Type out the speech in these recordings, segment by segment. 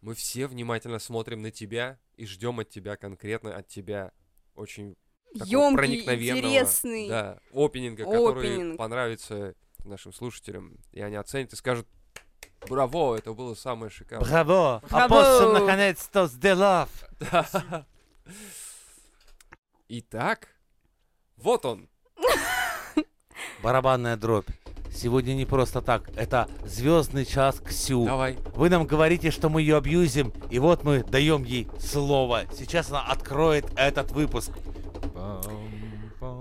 мы все внимательно смотрим на тебя и ждем от тебя, конкретно от тебя, очень такого Ёмкий, проникновенного интересный. да, опенинга, который Опенинг. понравится нашим слушателям, и они оценят и скажут, браво, это было самое шикарное. Браво! Браво! Апостол наконец-то сделав! Да. Итак, вот он. Барабанная дробь. Сегодня не просто так. Это звездный час Ксю. Давай. Вы нам говорите, что мы ее абьюзим, и вот мы даем ей слово. Сейчас она откроет этот выпуск.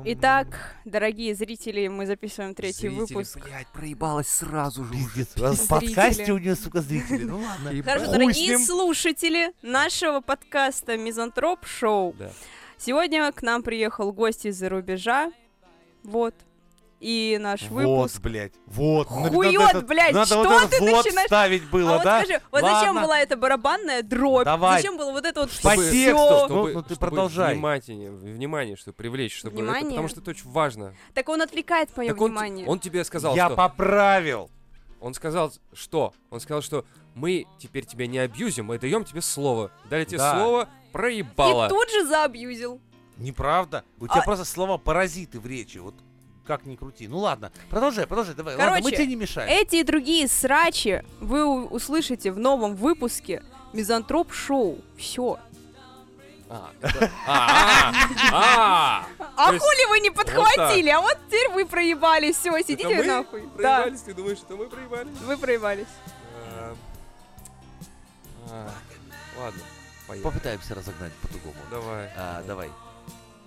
Итак, дорогие зрители, мы записываем третий Зрители, выпуск. Блядь, проебалась сразу Ну, же. Пиздец. В подкасте у нее, сука, зрители. Ну ладно. Хорошо, Хуй с дорогие ним. слушатели нашего подкаста Мизантроп Шоу. Да. Сегодня к нам приехал гость из-за рубежа. Вот. И наш Вот, выпуск. блядь. Вот. Ну, Надо Хуёт, этот- блядь, надо что вот этот ты вот начинаешь? ставить было, а вот да? скажи, вот зачем Ладно. была эта барабанная дробь? Давай. Зачем было вот это вот По всё? тексту, что- чтобы, ну ты чтобы продолжай. Внимание, внимание, чтобы привлечь, чтобы это- Внимание? потому что это очень важно. Так он отвлекает мое Так он, внимание. он тебе сказал, Я что? поправил. Он сказал, что? Он сказал, что мы теперь тебя не абьюзим, мы даем тебе слово. Дали тебе Да. слово, проебало. И тут же заабьюзил. Неправда. У А- тебя просто слова паразиты в речи. Вот как ни крути. Ну ладно, продолжай, продолжай, давай. ладно, мы Короче, тебе не мешаем. Эти и другие срачи вы у- услышите в новом выпуске Мизантроп Шоу. Все. А, это- а, а, а. А То есть хули вы не подхватили? а вот теперь вы проебали. Все, сидите а мы нахуй. Да, Проебались, ты думаешь, что мы проебались? вы проебались. А, а, Ладно, э поехали. Попытаемся разогнать по-другому. Давай. А, давай.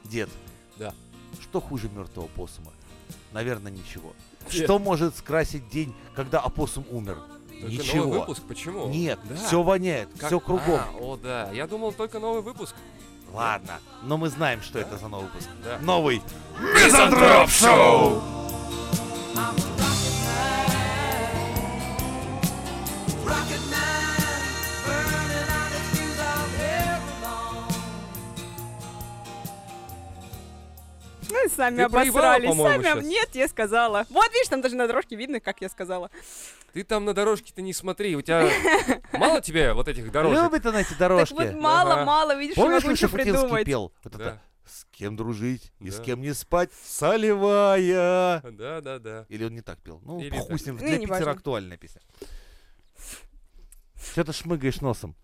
Дед. Да. Что хуже мертвого посума? Наверное, ничего. Дед. Что может скрасить день, когда опоссум умер? Только ничего. новый выпуск, почему? Нет, Да. все воняет, Как- все кругом. А, о, да. Я думал, только новый выпуск. Ладно, но мы знаем, что это за новый выпуск. Да. Новый Мизантроп Шоу! Ну, сами Ты обосрались. проебала, по-моему, сами об- щас. Нет, я сказала. Вот, видишь, там даже на дорожке видно, как я сказала. Ты там на дорожке-то не смотри, у тебя... Мало тебе вот этих дорожек? Любит она эти дорожки. Так вот, мало-мало, Ага. видишь, Помнишь, что как лучше Шафутинский придумать. пел? Вот Да, это «С кем дружить и с Да. кем не спать, солевая». да, да. да. Или он не так пел. Ну, Или похуй так. с ним, Ну, для не Питера важно. актуальная песня. Что ты шмыгаешь носом?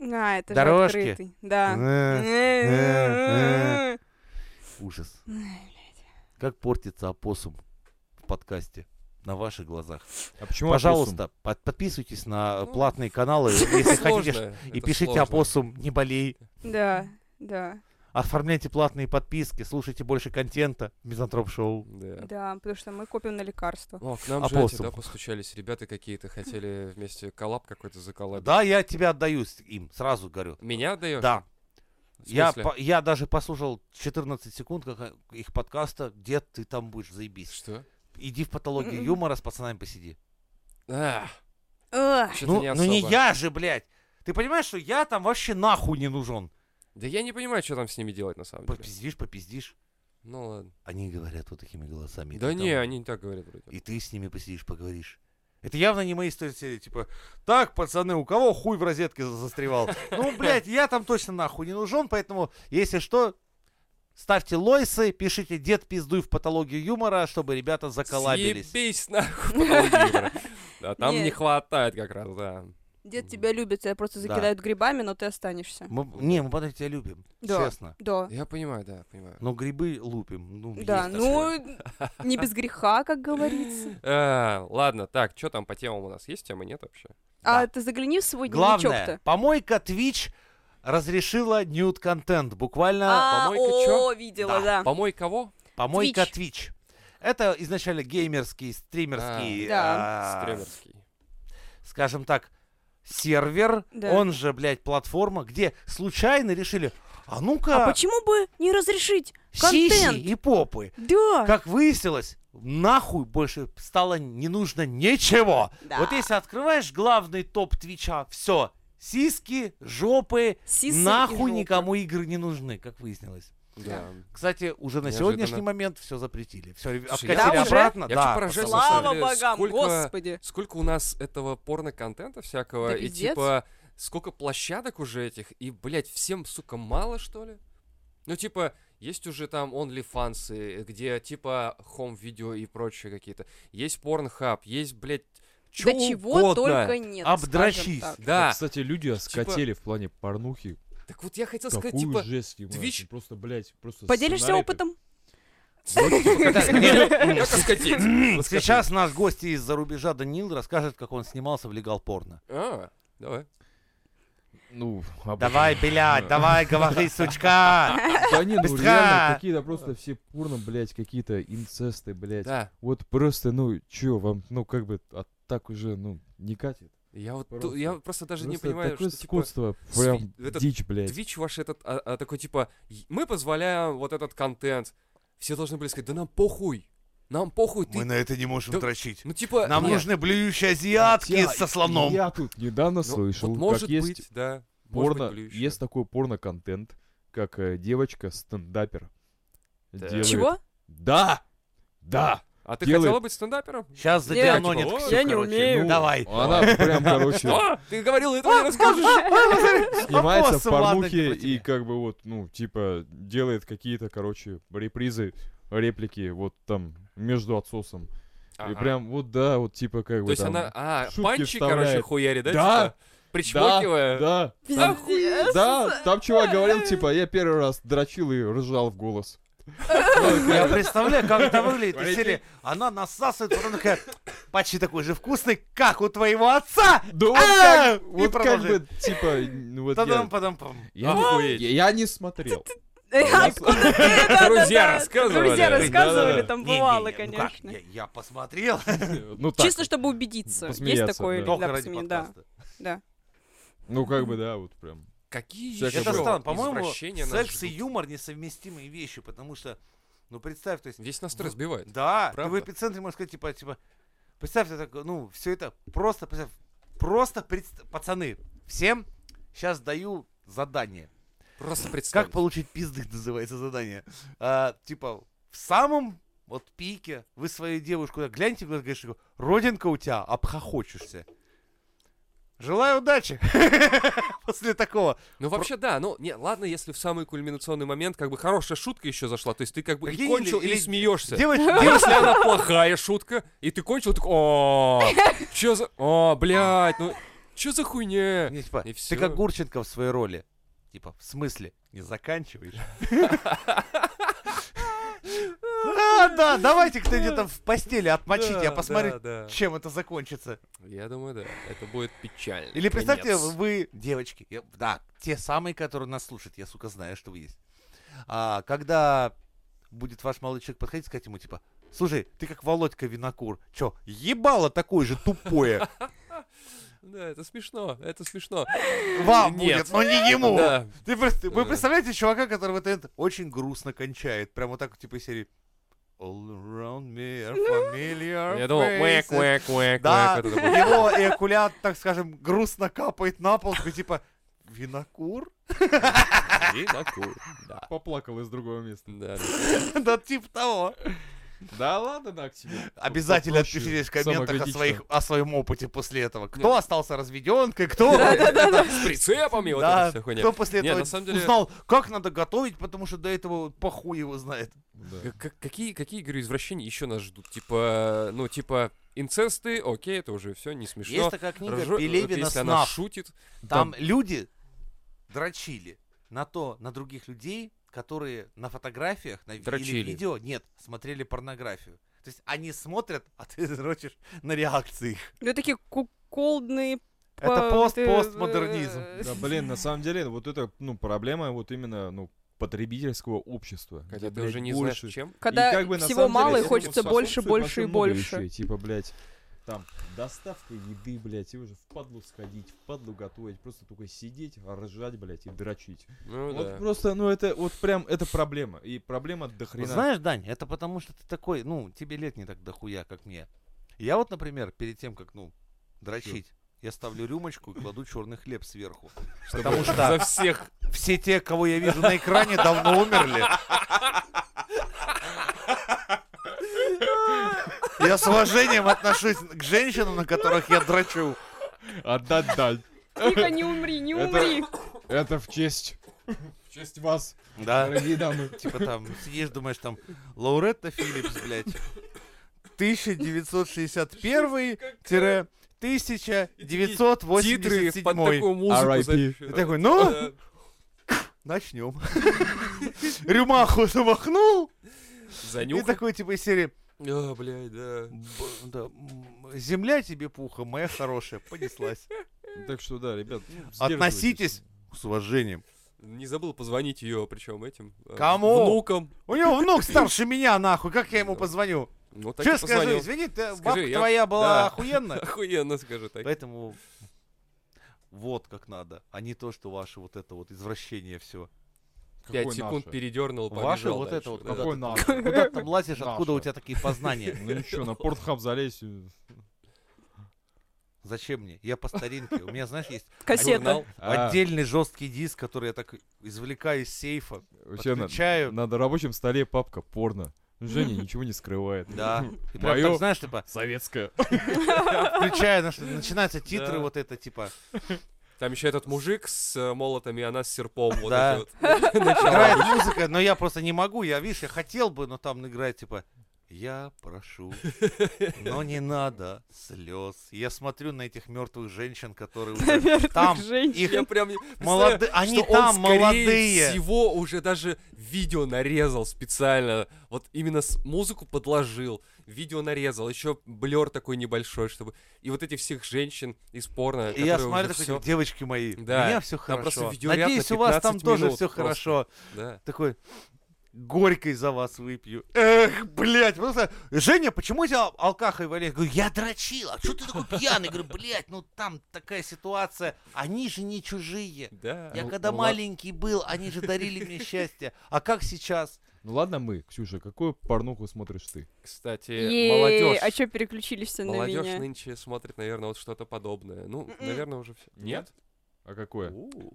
А, это Дорожки. же открытый. Да. Э, э, э. Ужас. Ой, Как портится опоссум в подкасте? На ваших глазах. А почему Пожалуйста, под- подписывайтесь на Ну, платные каналы, если хотите. ш- Сложно, И это пишите сложно. опоссум, не болей. Да, да, Оформляйте платные подписки, слушайте больше контента. Мизантроп шоу. Да. да, потому что мы копим на лекарства. Ну, О, к нам же эти, Опоссум. да, постучались ребята какие-то, хотели вместе коллаб какой-то заколабить. Да, я тебя отдаюсь им, сразу говорю. Меня отдаешь? Да, В Я, смысле? по- я даже послушал 14 секунд как, а, их подкаста. Дед, ты там будешь заебись. Что? Иди в патологию М-м. Мгм. юмора с пацанами посиди. А, Эх, чё-то Ну не не, особо. ну не я же, блядь. Ты понимаешь, что я там вообще нахуй не нужен. Да я не понимаю, что там с ними делать на самом деле. Попиздишь, попиздишь. Ну ладно. Они говорят вот такими голосами. и Да ты там- не, они не так говорят вроде. И ты с ними посидишь, поговоришь. Это явно не мои истории серии, типа, так, пацаны, у кого хуй в розетке за- застревал? Ну, блядь, я там точно нахуй не нужен, поэтому, если что, ставьте лойсы, пишите «Дед, пиздуй в патологию юмора», чтобы ребята заколабились. Съебись нахуй, Павел Юра. Да, там не Нет. хватает как раз, да. дед тебя любит, тебя просто ну, Да. закидают грибами, но ты останешься. Мы- не, мы, потом тебя любим, Да. честно. Да. Я понимаю, да, понимаю. Но грибы лупим. Ну, Да, есть такое. ну, не без греха, как говорится. А, Ладно, так, что там по темам у нас? Есть темы, нет вообще? А Да. ты загляни в свой Главное, дневничок-то. помойка Twitch разрешила нюд-контент. Буквально А, помойка о, чё? видела, Да. да. Помой кого? помойка Twitch. Это изначально геймерский, стримерский, А. Да. а, Стремерский. скажем так, сервер, Да. он же, блядь, платформа, где случайно решили, а А ну-ка, почему бы не разрешить? сиси контент? и попы. Да. Как выяснилось, нахуй больше стало не нужно ничего. Да. Вот если открываешь главный топ Твича, все, сиски, жопы, Сисы и нахуй жопы. никому игры не нужны, как выяснилось. Да. Кстати, уже на Неожиданно. сегодняшний момент все запретили. Все, Слушай, я откатили Да, уже? обратно. Я да, вообще поражаюсь, пацаны. на самом Слава деле, богам, сколько- господи. Сколько у нас этого порно-контента всякого, Да и пиздец. типа сколько площадок уже этих, и, блядь, всем, сука, мало, что ли? Ну, типа, есть уже там OnlyFans, где, типа, хом-видео и прочие какие-то. Есть Pornhub, есть, блядь, чё Да чего угодно. только нет. скажем Обдрочись. так. Да, Типа Кстати, люди оскотели в плане порнухи. так вот я хотел сказать, Такую типа, жесть ебать, Twitch- Просто, блядь, просто Поделишься сценарий-то- опытом? как оскотеть? Вот сейчас наш гость из-за рубежа Данил расскажет, как он снимался в легал порно. А, давай. Ну, об- Давай, блядь, давай, говори, сучка! Да не, ну Быстро! реально, какие-то просто все порно, блядь, какие-то инцесты, блядь. Да, Вот просто, ну, чё, вам, ну, как бы, а так уже, ну, не катит. я вот, ту- Просто- я просто даже не Просто понимаю, такое что, типа, скотство, сви- прям этот дичь, блядь. Твич ваш этот, а, а, такой, типа, «Й- мы позволяем вот этот контент. Все должны были сказать, да нам похуй, нам похуй, ты, Мы на это не можем Да- дрочить. ну, типа, Нам нет. нужны блюющие азиатки Я- со слоном. Я тут недавно Ну, слышал, вот может как есть быть, да. может порно, быть, были ещё. есть такой порно-контент, как э, девочка-стендапер. Да. делает- Чего? Да! Да! А ты делает- хотела быть стендапером? Сейчас за Нет, тебя типа, нонет «Ой, Ксю, я не короче. умею». Ну, Давай. Она прям, короче, Что? Ты говорил, А! этого не расскажешь. снимается в Опоссум, ладно, порнухе типа, тебе. и как бы вот, ну, типа, делает какие-то, короче, репризы, реплики вот там между отсосом. И Ага. прям вот, да, вот типа как То бы есть там, она, а, шутки панчи, короче, вставляет. хуяри, да? Да, типа? Причмокивая. Да, Там- да, там чувак говорил, типа, я первый раз дрочил и ржал в голос. Я представляю, как это выглядит из Прикинь. серии. Она насасывает, потом такая, почти такой же вкусный, как у твоего отца. Да вот А! как, вот И как бы, продолжает. типа, ну вот я... Тадам-падам-пам. Я, Охуеть. я- я не смотрел. Откуда ты? Да-да-да. Друзья рассказывали. Друзья рассказывали, Да-да. там Не-не-не, бывало, ну как, конечно. я- Я посмотрел. Ну так, Чисто чтобы убедиться. Есть Посмеяться, такое да. Только для ради посме- да. подкаста. ну как бы, да, вот прям. Какие Всякое еще Это Это Чё? странно, по-моему, извращения нас секс и ждут? юмор несовместимые вещи, потому что, ну представь, то есть, Весь настрой сбивает. да, ты в правда. эпицентре можешь сказать, типа, типа, представь, ты так, ну, все это просто, представь, просто, предст- пацаны, всем сейчас даю задание. Просто Как представь. получить пизды называется задание. А, типа, в самом вот пике вы свою девушку так гляньте в глаза, говоришь, типа, родинка у тебя, обхохочешься. Желаю удачи после такого. Ну вообще да, ну не, ладно, если в самый кульминационный момент как бы хорошая шутка еще зашла, то есть ты как бы и Прикинь, кончил, или- или, или смеешься. Девоч- А девочки, если она плохая шутка, и ты кончил, так о, чё за, о, блядь, ну чё за хуйня? Не, типа, И ты всё. как Гурченко в своей роли. Типа, в смысле? Не заканчиваешь? А, да, давайте кто где-то в постели отмочить, я Да, посмотрю, да, да. чем это закончится. Я думаю, да, это будет печально. Или представьте, Конец. вы, девочки, я- да, те самые, которые нас слушают, я, сука, знаю, что вы есть. А, когда будет ваш молодой человек подходить, сказать ему, типа, слушай, ты как Володька Винокур, чё, ебало такое же тупое Да, это смешно, это смешно. вам Нет. будет, но не ему. Да. Ты просто- вы Да. представляете чувака, который в этот очень грустно кончает. Прям вот так, вот, типа, из серии All around me are familiar Я думал, faces». уэк, уэк, уэк, а Да, уэк, вот это будет. его эякулят, так скажем, грустно капает на пол, такой, типа, винокур? И на кур. Да. Поплакал из другого места. Да, да. Да типа того. Да ладно, да, к тебе. Обязательно Попроще, отпишитесь в комментах о, самокритично. своих, о своем опыте после этого. Кто остался разведенкой, кто... С прицепами, вот Да, эта вся хуйня. кто после Не, этого на самом деле- узнал, как надо готовить, потому что до этого похуй его знает. Да. К- к- Какие, какие, говорю, извращения еще нас ждут? Типа, ну, типа, инцесты, окей, это уже все не смешно. Есть такая книга Ржо- это Пелевина если она «Снаф». шутит. Там люди дрочили на то, на других людей, которые на фотографиях, на ви- или Дрочили. видео, нет, смотрели порнографию. То есть они смотрят, а ты дрочишь на реакции их. Ну, такие куколдные... Это э, пост-постмодернизм. Да, блин, на самом деле, вот это, ну, проблема вот именно, ну, потребительского общества. Хотя где, ты блядь, уже не больше. знаешь, чем. Когда И как бы, на всего самом деле, мало и этому хочется больше, способствует больше и очень много больше. вещей. Типа, блядь, там доставка еды, блядь, и уже в падлу сходить, в падлу готовить, просто только сидеть, ржать, блядь, и дрочить. Ну, вот да. просто, ну это вот прям, это проблема. И проблема до хрена. Знаешь, Дань, это потому что ты такой, ну, тебе лет не так дохуя, как мне. Я вот, например, перед тем, как, ну, дрочить, я ставлю рюмочку и кладу черный хлеб сверху. Потому За что всех. все те, кого я вижу на экране, давно умерли. Я с уважением отношусь к женщинам, на которых я дрочу. Отдать дань. Тихо, не умри, не Это- умри. Это в честь. В честь вас, Да. дорогие дамы. Типа там сидишь, думаешь, там Лауретта Филлипс, блядь. 1961-1987. Титры под такую музыку R.I.P.. запиши. Ты такой, ну, Да. начнем. Рюмаху замахнул. И Занюхай. такой типа из серии. А, блядь, да. «Б- да, м, Земля тебе пуха, моя хорошая, понеслась. Так что да, ребят, ну, сдерживайтесь. Относитесь с уважением. Не забыл позвонить ее, причем этим. э, Кому? Внукам. У него внук старше меня, нахуй, как я ему позвоню? Ну, так Че и скажу, позвонил. извини, ты- Скажи, бабка я- твоя да. была охуенная. Охуенно, скажи так. Поэтому вот как надо, а не то, что ваше вот это вот извращение все. Какой Пять секунд наше? передернул, Ваше побежал вот дальше. это вот, Да. когда Какой наш? Куда ты там лазишь, Наше. откуда у тебя такие познания? Ну ничего, на портхаб залезь. и- Зачем мне? Я по старинке. У меня, знаешь, есть Кассета. Журнал. А, отдельный жесткий диск, который я так извлекаю из сейфа, у тебя на- подключаю. на рабочем столе папка порно. Женя ничего не скрывает. Да. И прям Моё- так, знаешь, типа, Советская. включаю, знаешь, начинаются титры Да. вот это, типа, Там еще этот мужик с э, молотом, и она с серпом. Вот Да. эти вот. Начало. играет музыка, но я просто не могу. Я, видишь, я хотел бы, но там играет, типа, я прошу, но не надо слез. Я смотрю на этих мертвых женщин, которые уже там Наверное, их Я прям не- молоды- представляю, они что он, там скорее молодые. всего уже даже видео нарезал специально. Вот именно с- музыку подложил, видео нарезал, еще блер такой небольшой, чтобы... И вот этих всех женщин из порно, И я которые смотрю, уже такой, всё- девочки мои, Да, у меня все там просто хорошо. видеоряд на Надеюсь, у вас там 15 тоже минут все просто. хорошо. Да. Такой, горькой за вас выпью. Эх, блядь, просто... Женя, почему у тебя ал- алкаха и валерьянка? Говорю, я дрочил, а что ты такой пьяный? Говорю, блядь, ну там такая ситуация, они же не чужие. Да. Я Ну, когда ну, ла- маленький был, они же дарили мне счастье. А как сейчас? Ну ладно мы, Ксюша, какую порнуху смотришь ты? Кстати, Ей, молодежь. а что переключились на Молодежь меня? М-м. нынче смотрит, наверное, вот что-то подобное. Ну, Мгм. наверное, уже все. Нет? А какое? У.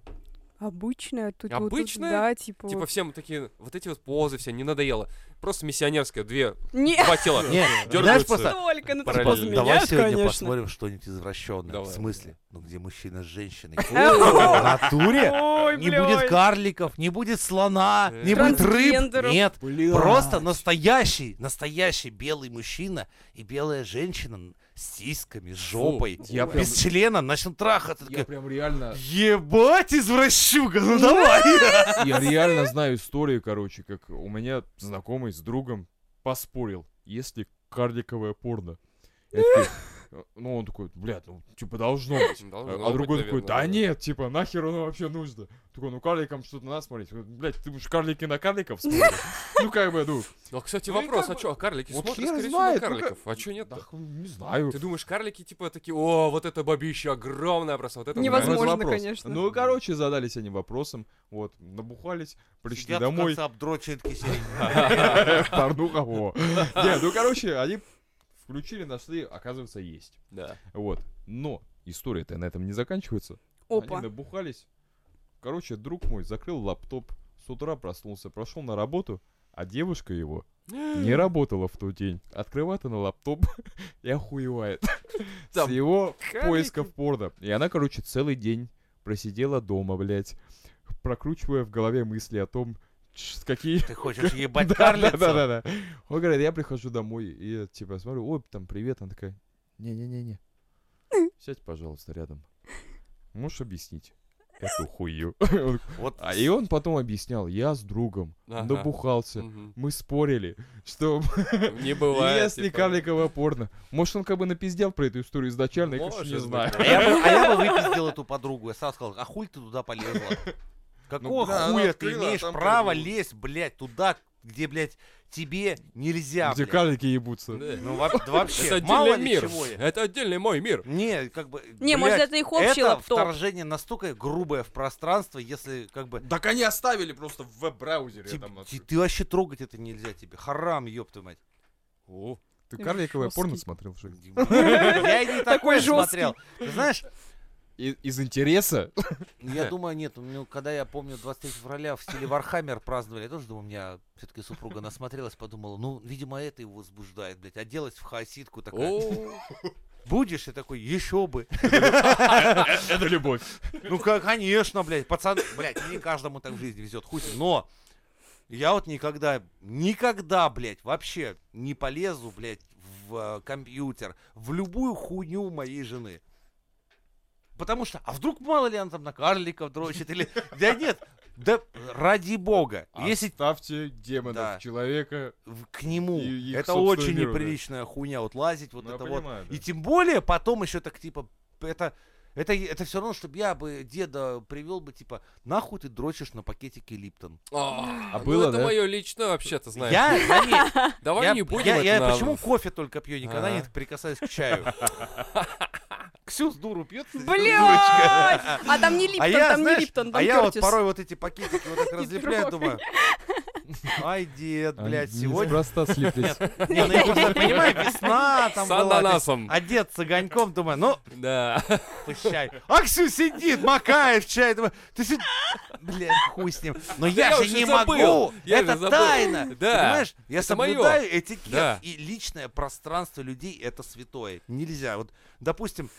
Обычная тут вот- Обычная? да, типа. Типа вот. всем такие, вот эти вот позы все, не надоело. Просто миссионерская, две, Не два тела. Не, знаешь, Дёргаются. просто... только, ну ты Параллельно. поздно Давай меняешь, сегодня конечно. посмотрим что-нибудь извращенное. Давай. В смысле? Ну, где мужчина с женщиной. В О, натуре? Ой, Не блядь. будет карликов, не будет слона, Э. не будет рыб. Трансгендеров. Нет, Блин. а, Просто настоящий, настоящий белый мужчина и белая женщина с сиськами, с жопой, я без прям- члена начнут трахаться. Я Такая, прям реально, Ебать, извращуга, ну давай! я реально знаю историю, короче, как у меня знакомый с другом поспорил, есть ли карликовое порно. Я такой, ну он такой, блядь, ну типа должно быть. Должно А а быть, другой такой, наверное, да нет, типа, нахер оно вообще нужно? Такой, ну карликам что-то надо смотреть. Блять, ты будешь карлики на карликов смотришь? Ну как бы, ну, Ну, а, кстати, Ну и вопрос, как а бы- что, а карлики Вот смотрят, хер скорее всего, на знает, ну карликов? А что нет да хуй, не знаю. Ты думаешь, карлики, типа, такие, о, вот это бабища огромная просто, вот это... мне Невозможно, нравится». Вот вопрос. конечно. Ну, и, короче, задались они вопросом, вот, набухались, пришли Сидят в домой, конце обдроченные такие сидят. порнуха, во. Не, ну, короче, они включили, нашли, оказывается, есть. Да. Вот, но история-то на этом не заканчивается. Опа. Они набухались. Короче, друг мой закрыл лаптоп, с утра проснулся, прошел на работу, а девушка его не работала в тот день. Открывает она лаптоп и охуевает. С Там его карлики. поисков порно. И она, короче, целый день просидела дома, блядь, прокручивая в голове мысли о том, ч- с какие... Ты хочешь ебать да, да, карлицу? да, да. Он говорит, я прихожу домой и я, типа смотрю, ой, там привет, она такая, не-не-не-не, сядь, пожалуйста, рядом. Можешь объяснить? Эту хую. Вот А и он потом объяснял, я с другом Ага. набухался, Мгм. мы спорили, что Не бывает. если типа. карликовое порно. Может, он как бы напиздел про эту историю изначально, я, конечно, не Может знаю. а я бы- а я бы выпиздил эту подругу. Я сразу сказал, а хуй ты туда полезла? Какого Ну да, она хуя ты открыла, а имеешь там право подруга. лезть, блядь, туда, где, блядь, тебе нельзя, Где блядь? карлики ебутся. Да. Ну, во- да Это вообще, мало отдельный ли мир. чего я. Это отдельный мой мир. Не, как бы... Не, блядь, может, это их общий это лаптоп. вторжение настолько грубое в пространство, если как бы... Так они оставили просто в веб-браузере. ти- ти- ты вообще трогать это нельзя тебе. Харам, ёб твою мать. О, Ты Ты карликовое жёсткий. порно смотрел, что ли? Я и не такое жёсткий. смотрел. Ты знаешь, И- Из интереса? я думаю, нет, ну, когда я помню 23 февраля в стиле Вархаммер праздновали, я тоже думаю, у меня все-таки супруга насмотрелась, подумала, ну, видимо, это его возбуждает, блядь, оделась в хаоситку такая. о, Будешь и такой, еще бы. Э, Это любовь. Ну, ко- конечно, блядь, пацан, блядь, не каждому так в жизни везет, хуй, с ним. но я вот никогда, никогда, блядь, вообще не полезу, блядь, в э, компьютер, в любую хуйню моей жены. Потому что, а вдруг, мало ли, она там на карликов дрочит или... Да нет, да ради бога, А если Ставьте демонов Да. в человека. в- к нему, И- и к это собственному очень миру, да. неприличная хуйня, вот лазить, вот Ну, я это вот. понимаю, да. И тем более потом еще так типа это это, это все равно, чтобы я бы деда привел бы, типа, нахуй ты дрочишь на пакетике Липтон. А, А ну было, это да? мое личное вообще-то, знаешь. Я, я не- Давай я- не будем я- это я на- почему кофе только пью, никогда не Ага. прикасаюсь к чаю. Ксюс дуру пьет. кстати, Блять! дурочка. А там не Липтон, А я, там не знаешь, Липтон, а там я вот Кёртис. порой вот эти пакетики вот так разлепляю, трогай. думаю, ай, дед, блядь, Они сегодня... Неспроста слиплись. Не, ну я просто понимаю, весна там С была. то есть ананасом. Одет с огоньком, думаю, ну, Да. пущай. А Ксю сидит, макает в чай, думаю, ты сидишь, блядь, хуй с ним. Но я, я же уже не забыл, могу, я же это забыл. тайна. Да, Понимаешь, я это моё. соблюдаю этикет, Да. и личное пространство людей это святое. Нельзя, вот, допустим,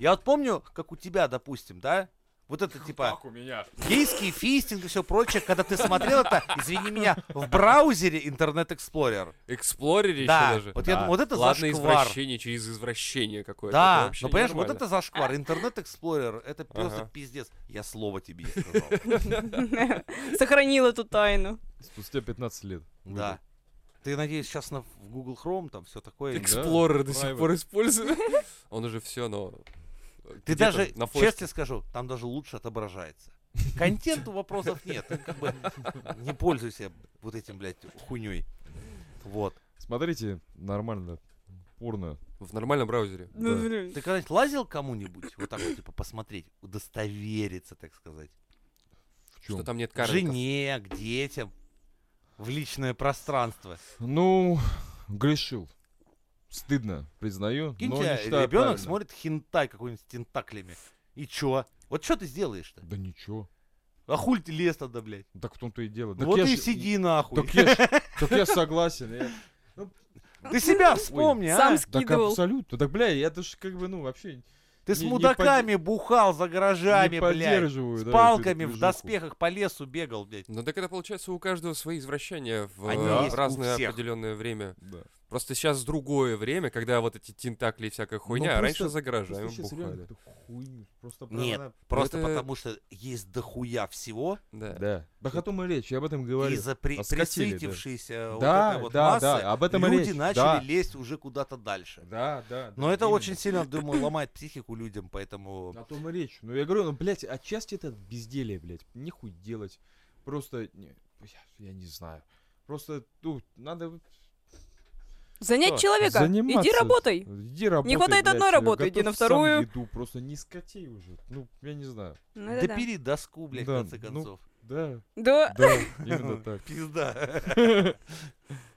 я вот помню, как у тебя, допустим, да, вот это типа... у меня. Гейский фистинг и все прочее, когда ты смотрел это, извини меня, в браузере Internet Explorer. Эксплорере еще да, даже. вот я Да. думаю, вот это Ладно, зашквар. извращение через извращение какое-то. это Да, вообще ну понимаешь, вот ненормально. А. это зашквар. Интернет Explorer, это просто Ага. пиздец. Я слово тебе не сказал. Сохранил эту тайну. Спустя 15 лет. Да. Ты, надеюсь, сейчас на в Google Chrome там все такое. Экс- Эксплорер до правильно. сих пор использует. Он уже все, но... Ты где-то даже, на флешке. честно скажу, там даже лучше отображается. Контенту вопросов нет. Ты как бы не пользуйся вот этим, блядь, хуйней. Вот. Смотрите, нормально. Порно. В нормальном браузере. Ну, Да. блин. Ты когда-нибудь лазил к кому-нибудь? Вот так вот, типа, посмотреть, удостовериться, так сказать. В чём? Что там нет К карликов. жене, к детям, в личное пространство. Ну, грешил. Стыдно, признаю. но Ну, не Киньте, считаю ребенок правильно. смотрит хентай какой-нибудь с тентаклями. И чё? Вот что ты сделаешь-то? Да ничего. А хуль ты лез тогда, блядь? Так в том-то и дело. Ну Так вот я и ж- сиди нахуй. Так я, ж- так я согласен. я- Ты себя вспомни, а? Сам Так скидывал. абсолютно. Так, бля, я даже как бы, ну, вообще Ты с не- не мудаками бухал за гаражами, блядь. не поддерживаю. С да, палками эту в движуху. доспехах по лесу бегал, блядь. Ну так это получается у каждого свои извращения в Они э, есть у разное всех. определенное время. Да. Просто сейчас другое время, когда вот эти тентакли и Ну, всякая хуйня, а просто- раньше за гаражами Просто сейчас реально бухали. эту хуйню, Просто Нет, она- Просто это- потому что есть дохуя всего, Да. Да. Так о том и речь, я об этом и говорил. за при- раскатили, а да. присытившиеся вот Да, этой вот да, да, массы об этом и люди речь, да. начали лезть уже куда-то дальше. Да, да. Но да, это именно. очень сильно, думаю, ломает психику людям, поэтому... О том и речь. Ну я говорю, ну, блядь, отчасти это безделие, блядь. Нихуй делать. Просто, не, я, я не знаю. Просто, ну, надо... вот- Занять Что? человека. Иди Заниматься. работай. Иди работай, хватает блядь, одной э, работы, иди готовь на сам вторую. еду, просто не скотей уже. Ну, я не знаю. Ну, Да это да. бери доску, блядь, в Да, конце ну, концов. Да, Да. да, именно так. Пизда.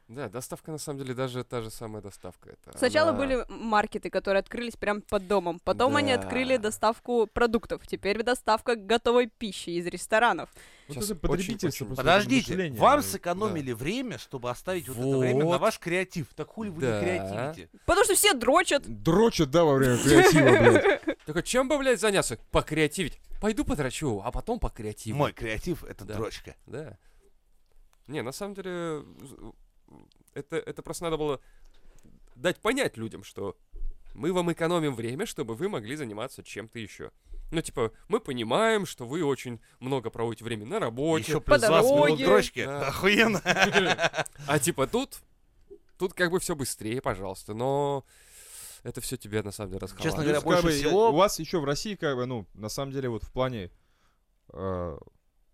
Да, доставка на самом деле даже та же самая доставка. Это Сначала она- были маркеты, которые открылись прямо под домом. Потом они Да. открыли доставку продуктов. Теперь доставка готовой пищи из ресторанов. Вот Сейчас это очень- потребительство очень- просто Подождите, мышление, вам э, сэкономили время, чтобы оставить вот это время на Вот. ваш креатив. Так хули вы не Да. креативите? Потому что все дрочат. Дрочат, да, во время креатива, блядь. Так а чем бы, блядь, заняться? Покреативить. Пойду подрачу, а потом покреативить. Мой креатив — это Да. дрочка. Да. Не, на самом деле, это, это просто надо было дать понять людям, что мы вам экономим время, чтобы вы могли заниматься чем-то еще. Ну, типа, мы понимаем, что вы очень много проводите времени на работе. Еще плюс По 20 минут дороге. дрочки. Да. Охуенно. А типа тут, тут как бы все быстрее, пожалуйста. Но это все тебе на самом деле расхватывает. Честно Ну, говоря, как больше бы, я- всего- У вас еще в России, как бы, ну, на самом деле, вот в плане э,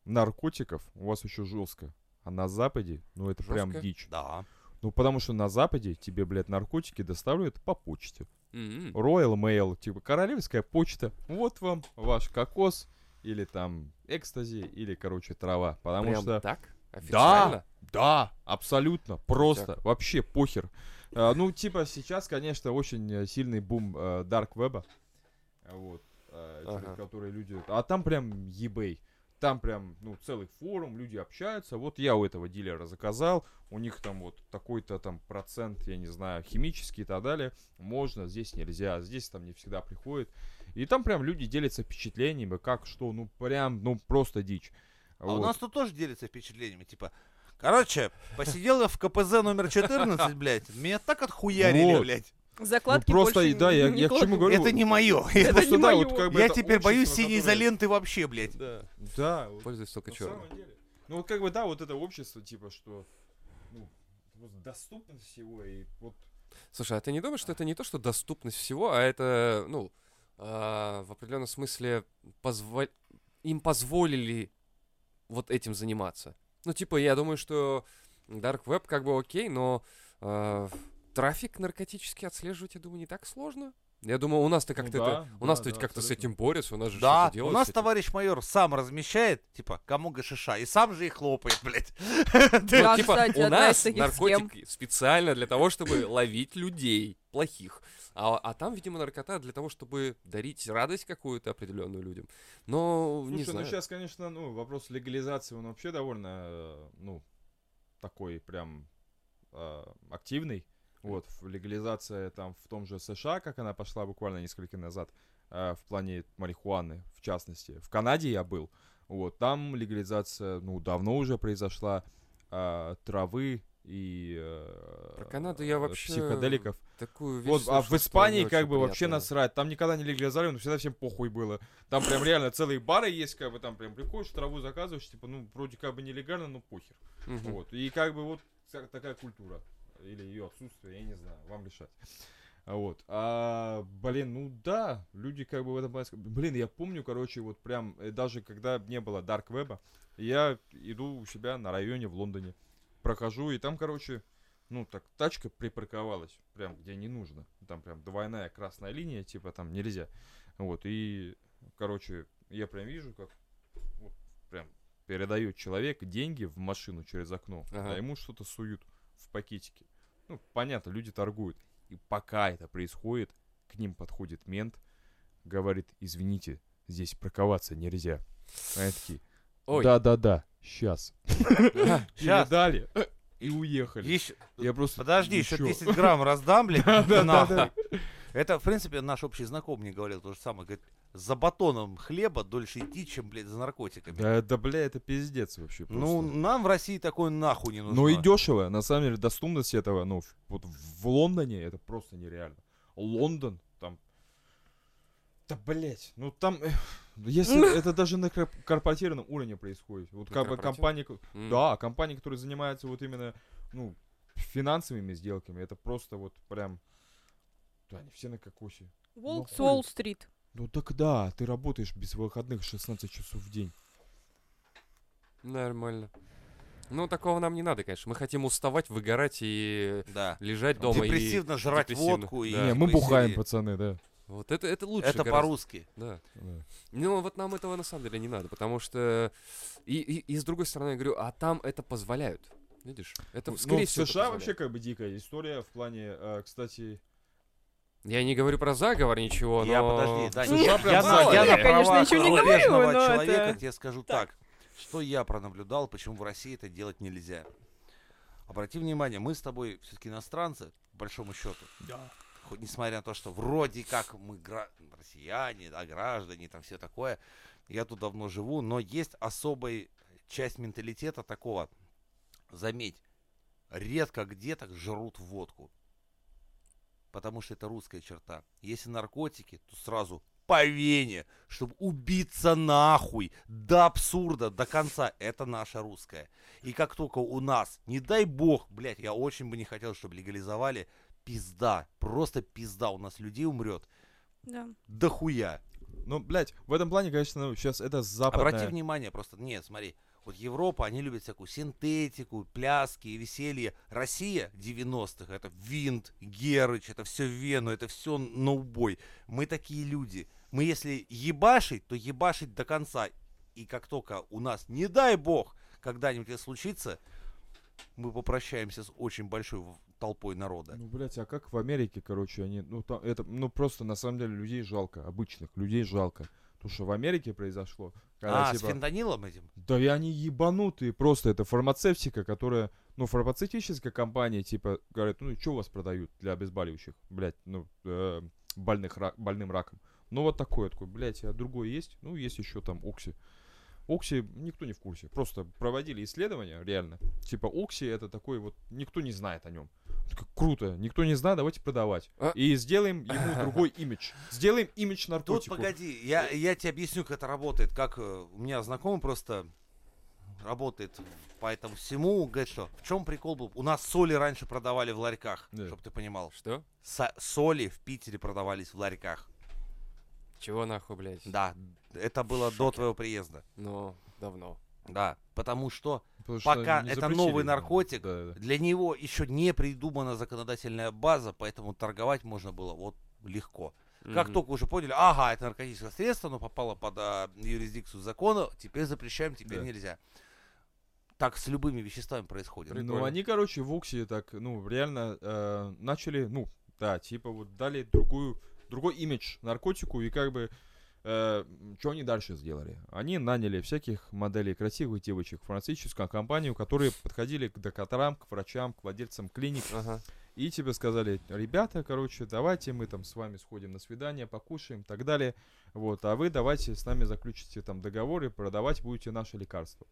наркотиков у вас еще жестко. А на Западе, ну, это прям Жестко? дичь. Да. А Ну, потому что на Западе тебе, блядь, наркотики доставляют по почте. М-м. Royal Mail, типа королевская почта. Вот вам ваш кокос или там экстази или, короче, трава. Потому Прям что... так? Официально? Да, абсолютно, просто, вообще похер. А, ну, типа, сейчас, конечно, очень э, сильный бум э, дарк веба, А вот, э, через Ага. который люди... А там прям eBay. Там прям, ну, целый форум, люди общаются. Вот я у этого дилера заказал, у них там вот такой-то там процент, я не знаю, химический и так далее. Можно, здесь нельзя, здесь там не всегда приходит. И там прям люди делятся впечатлениями, как что, ну, прям, ну, просто дичь. А у Вот. Ну, нас тут тоже делятся впечатлениями, типа, короче, посидел я в КПЗ номер 14, блядь, меня так отхуярили, Вот. блядь. Ну, Закладки просто, больше и- да, не- я, не я к кладут. чему говорю. Это не мое. Ну, Это просто, не да, моё. вот как бы Я это теперь боюсь общество, синей которое- изоленты вообще, блядь. Да, да. вот Пользуюсь только на самом черным. деле. Ну вот как бы, да, вот это общество, типа, что, ну, вот доступность всего и вот... Слушай, а ты не думаешь, что это не то, что доступность всего, а это, ну, а, в определенном смысле позво- им позволили вот этим заниматься? Ну, типа, я думаю, что Dark Web как бы окей, но а, трафик наркотический отслеживать, я думаю, не так сложно. Я думаю, у нас-то как-то... Ну это- да, у нас-то да, ведь да, как-то с абсолютно. этим борются, у нас же Да, что-то у делают нас с этим. товарищ майор сам размещает, типа, кому гашиша, и сам же и хлопает, блядь. Ну, Да, типа, кстати, у одна из нас таких наркотик специально для того, чтобы ловить людей плохих. А, а там, видимо, наркота для того, чтобы дарить радость какую-то определенную людям. Но Слушай, не знаю. ну сейчас, конечно, ну, вопрос легализации, он вообще довольно, э, ну, такой прям э, активный. Вот, в- легализация там в том же США, как она пошла буквально несколько назад, э, в плане марихуаны, в частности. В Канаде я был, вот, там легализация, ну, давно уже произошла, э, травы и... э, Про Канаду я э, вообще Психоделиков. Такую вещь Вот, а в слышал, что Испании не очень как бы вообще приятная. насрать. Там никогда не легализовали, но всегда всем похуй было. Там прям реально целые бары есть, как бы там прям приходишь, траву заказываешь, типа, ну, вроде как бы нелегально, но похер. Мгм. Вот. И как бы вот вся такая культура. Или ее отсутствие, я не знаю, вам решать. А Вот. А, блин, ну да, люди как бы в этом плане... ск- Блин, я помню, короче, вот прям, э, даже когда не было Dark Web, я иду у себя на районе в Лондоне, прохожу, и там, короче, ну так, тачка припарковалась, прям где не нужно. Там прям двойная красная линия, типа там нельзя. Вот, и, короче, я прям вижу, как вот прям передает человек деньги в машину через окно, Ага. а ему что-то суют в пакетике. Ну, понятно, люди торгуют. И пока это происходит, к ним подходит мент, говорит, извините, здесь парковаться нельзя. Они такие, Ой, да-да-да, сейчас. Щас. Передали и уехали. Ещё- Я просто... Подожди, «Ну еще чё?» 10 грамм раздам, блядь, Да, иди да, нахуй. да. Это, в принципе, наш общий знакомый мне говорил то же самое. Говорит, за батоном хлеба дольше идти, чем, блядь, за наркотиками. Да, да, бля, это пиздец вообще Ну, просто. нам в России такое нахуй не нужно. Ну и дешево. На самом деле, доступность этого, ну, в- вот в Лондоне это просто нереально. Лондон, там... Да, блять, ну там... эх, Ну. Если это даже на кор- корпоративном уровне происходит. Вот На как бы корпоративном? компания... ко- м. Да, компании, которые занимаются вот именно, ну, финансовыми сделками, это просто вот прям... Да, они все на кокосе. Волк с Ну, хуй. Уолл-стрит. Ну так да, ты работаешь без выходных 16 часов в день. Нормально. Ну, такого нам не надо, конечно. Мы хотим уставать, выгорать и Да. лежать дома. и- Депрессивно жрать депрессивно, водку и... да. Не, мы бухаем, веселее. пацаны, да. Вот это, это лучше. Это гораздо. по-русски. Да. Да. Ну, вот нам этого на самом деле не надо, потому что... И, и, и с другой стороны, я говорю, а там это позволяют. Видишь? Это, Ну, скорее в всего, это США позволяют. вообще как бы дикая история в плане, э, кстати, Я не говорю про заговор ничего, Я, но... подожди, да, Слушай, я, я прям я на- мало я ли. на Я, конечно, правах ничего не говорю, зарубежного но это- человека тебе скажу так. Что я пронаблюдал, почему в России это делать нельзя. Обрати внимание, мы с тобой все-таки иностранцы, по большому счету. Хоть несмотря на то, что вроде как мы гра- россияне, да, граждане, там все такое. Я тут давно живу, но есть особая часть менталитета такого. Заметь, редко где так жрут водку. Потому что это русская черта. Если наркотики, то сразу по вене, чтобы убиться нахуй до абсурда, до конца. Это наша русская. И как только у нас, не дай бог, блядь, я очень бы не хотел, чтобы легализовали, пизда, просто пизда, у нас людей умрет. Да. Да хуя. ну, блядь, в этом плане, конечно, сейчас это западная... Обрати внимание просто, нет, смотри, вот Европа, они любят всякую синтетику, пляски, веселье. Россия 90-х, это винт, герыч, это все вену, это все на убой. Мы такие люди. Мы если ебашить, то ебашить до конца. И как только у нас, не дай бог, когда-нибудь это случится, мы попрощаемся с очень большой в- толпой народа. Ну, блядь, а как в Америке, короче, они... Ну, там, это, ну, просто, на самом деле, людей жалко, обычных людей жалко. То, что в Америке произошло. когда, А, с типа, фентанилом этим? Да и они ебанутые просто. Это фармацевтика, которая... Ну, фармацевтическая компания, типа, говорит, ну, что у вас продают для обезболивающих? Блядь, ну, э, больных, рак- больным раком. Ну, вот такое. Такой, блядь, а другое есть? Ну, есть еще там Окси. Окси никто не в курсе. Просто проводили исследования, реально. Типа, Окси это такой вот... Никто не знает о нем. Круто. Никто не знает, давайте продавать. А- И сделаем ему другой имидж. Сделаем имидж Тут наркотику. погоди, я, я тебе объясню, как это работает. Как э, у меня знакомый просто работает по этому всему. Говорит, что в чем прикол был? У нас соли раньше продавали в ларьках, Да. чтобы ты понимал. Что? Со- соли в Питере продавались в ларьках. Чего нахуй, блядь? Да, это было до твоего приезда. Ну, давно. Да, потому что Потому что пока не это запретили. новый наркотик, Да-да-да. для него еще не придумана законодательная база, поэтому торговать можно было вот легко. Как Мгм. только уже поняли, ага, это наркотическое средство, оно попало под а, юрисдикцию закона, теперь запрещаем, теперь Да. нельзя. Так с любыми веществами происходит. Ну, они, короче, в Уксе так, ну, реально э, начали, ну, да, типа вот дали другую, другой имидж наркотику, и как бы, что они дальше сделали? Они наняли всяких моделей красивых девочек в французскую компанию, которые подходили к докторам, к врачам, к владельцам клиник, Ага. и тебе сказали, ребята, короче, давайте мы там с вами сходим на свидание, покушаем и так далее. Вот, а вы давайте с нами заключите там договоры, продавать будете наши лекарства.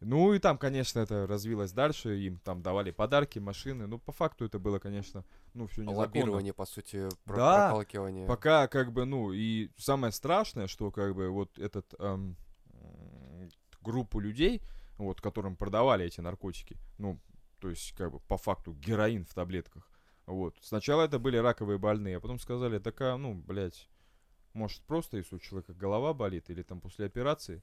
Ну и там, конечно, это развилось дальше, им там давали подарки, машины, ну по факту это было, конечно, ну все незаконно. Лоббирование, по сути, про- Да, прокалкивание. Пока как бы, ну, и самое страшное, что как бы вот этот эм, м, группу людей, вот, которым продавали эти наркотики, ну, то есть как бы по факту героин в таблетках, вот. Сначала это были раковые больные, а потом сказали, такая, ну, блядь, может просто если у человека голова болит или там после операции,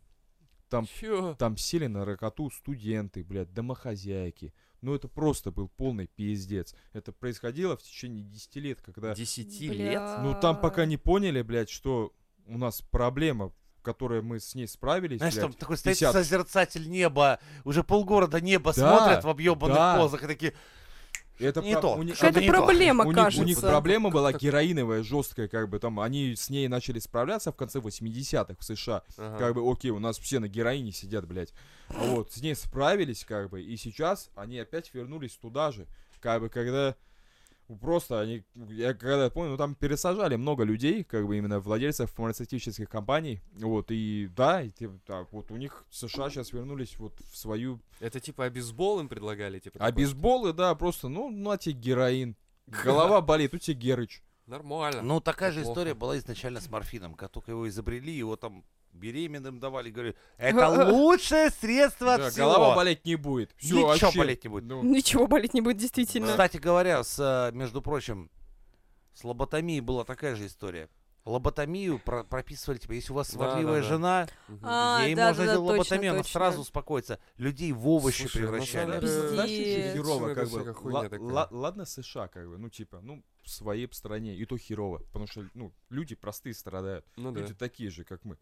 там Чё? там сели на ракоту студенты, блядь, домохозяйки. Ну это просто был полный пиздец. Это происходило в течение 10 лет, когда... Десяти лет? Бля. Ну там пока не поняли, блядь, что у нас проблема, в которой мы с ней справились, Знаешь, там блядь. такой стоит 50. созерцатель неба, уже полгорода неба Да, смотрят в объебанных да. позах и такие, Это не то. у них- Что-то Какая-то не то. проблема, у них, кажется. у них проблема была героиновая, жесткая, как бы там они с ней начали справляться в конце 80-х в США. Ага. Как бы, окей, у нас все на героине сидят, блядь. А Вот, с ней справились, как бы, и сейчас они опять вернулись туда же. Как бы, когда ну, просто они, я когда помню, ну, там пересажали много людей, как бы именно владельцев фармацевтических компаний, вот, и да, и, типа, так, вот у них США сейчас вернулись вот в свою... Это типа а бейсбол им предлагали? Типа, А такой? бейсболы, да, просто, ну, на тебе героин, голова болит, у тебя герыч. Нормально. Ну, такая же неплохо. история была изначально с морфином. Как только его изобрели, его там беременным давали. Говорю, это лучшее средство Да, от всего. голова болеть не будет. Все, Ничего вообще. болеть не будет. Ну, Ничего болеть не будет, действительно. Кстати говоря, с, э, между прочим, с лоботомией была такая же история. Лоботомию про- прописывали, типа, если у вас Да, сварливая да, да. жена, Мгм. А, ей да, да, можно да, сделать лоботомию, точно, она точно. сразу успокоится. Людей в овощи Слушай, на самом превращали. деле, Пиздец. Э, Знаешь, чё Пиздец. Ну, херово, это как всякая бы, хуйня ла- такая. ла- ладно США, как бы, ну, типа, ну, в своей стране, и то херово, потому что, ну, люди простые страдают, Ну да. люди такие же, как мы.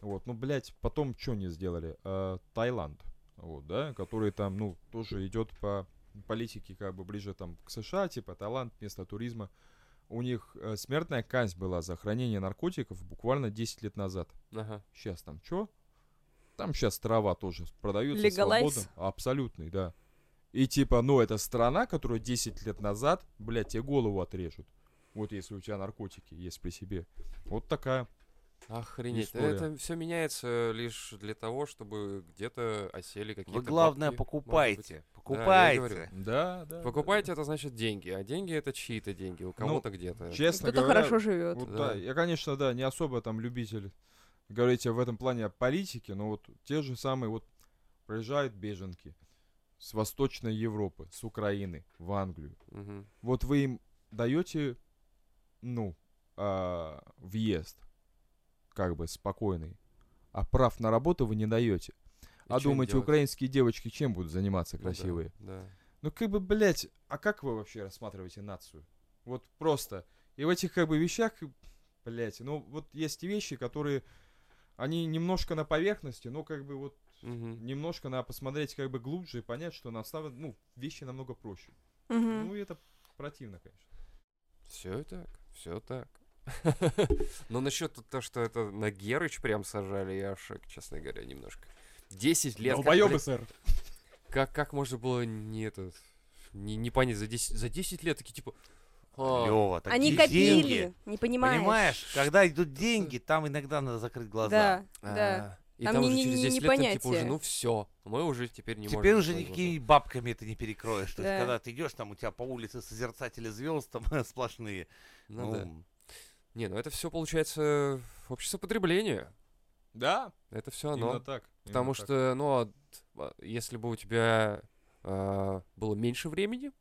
Вот, ну, блядь, потом что не сделали? Э, Таиланд, вот, да, который там, ну, тоже идет по политике, как бы, ближе там к США, типа, Таиланд, место туризма. У них э, смертная казнь была за хранение наркотиков буквально 10 лет назад. Ага. Сейчас там что? Там сейчас трава тоже продается Легалайз? свободно. Абсолютный, да. И типа, ну, это страна, которую 10 лет назад, блядь, тебе голову отрежут. Вот если у тебя наркотики есть при себе. Вот такая. Охренеть. э, История. Это все меняется э, лишь для того, чтобы где-то осели какие-то Вы, главное, бабки, может покупайте. быть. Да, я и говорю. Покупайте. Да, да. Покупайте, это значит деньги, а деньги это чьи-то деньги, Ну, у кого-то где-то. Честно Кто-то говоря, хорошо живет. вот да. да, я, конечно, да, не особо там любитель, говорите, в этом плане о политике, но вот те же самые вот приезжают беженки с Восточной Европы, с Украины в Англию. Мгм. Ну вот вы им даете, ну, а, въезд, как бы спокойный, а прав на работу вы не даете. И А чё им думаете, делать? украинские девочки чем будут заниматься Ну да, красивые? Да. Ну, как бы, блядь, а как вы вообще рассматриваете нацию? Вот просто. И в этих, как бы, вещах, и, блядь, ну, вот есть вещи, которые, они немножко на поверхности, но, как бы, вот, Мгм. немножко надо посмотреть, как бы, глубже и понять, что на самом, ну, вещи намного проще. Мгм. Ну, и это противно, конечно. Все так, все так. Но насчет то, что это на Герыч прям сажали, я в шоке, честно говоря, немножко. 10 лет. как, Долбоёбы, блядь, сэр. Как, как можно было не это... Не, не понять, за 10, за 10 лет такие типа... а, Лёва, такие Они копили, деньги. не понимаешь. Понимаешь, когда идут деньги, там иногда надо закрыть глаза. Да, да. а, И Там там, не- уже не- через не 10 лет, ты, типа, уже, понятие. ну все, мы уже теперь не можем. Теперь уже ничего никакими бабками это не перекроешь. То есть, Да. когда ты идешь, там у тебя по улице созерцатели звезд там сплошные. Ну Ну, да. Не, ну это все получается общество потребления. Да, Это все оно. именно так. Ну, Потому именно так. что, ну, а д- а если бы у тебя а, было меньше времени,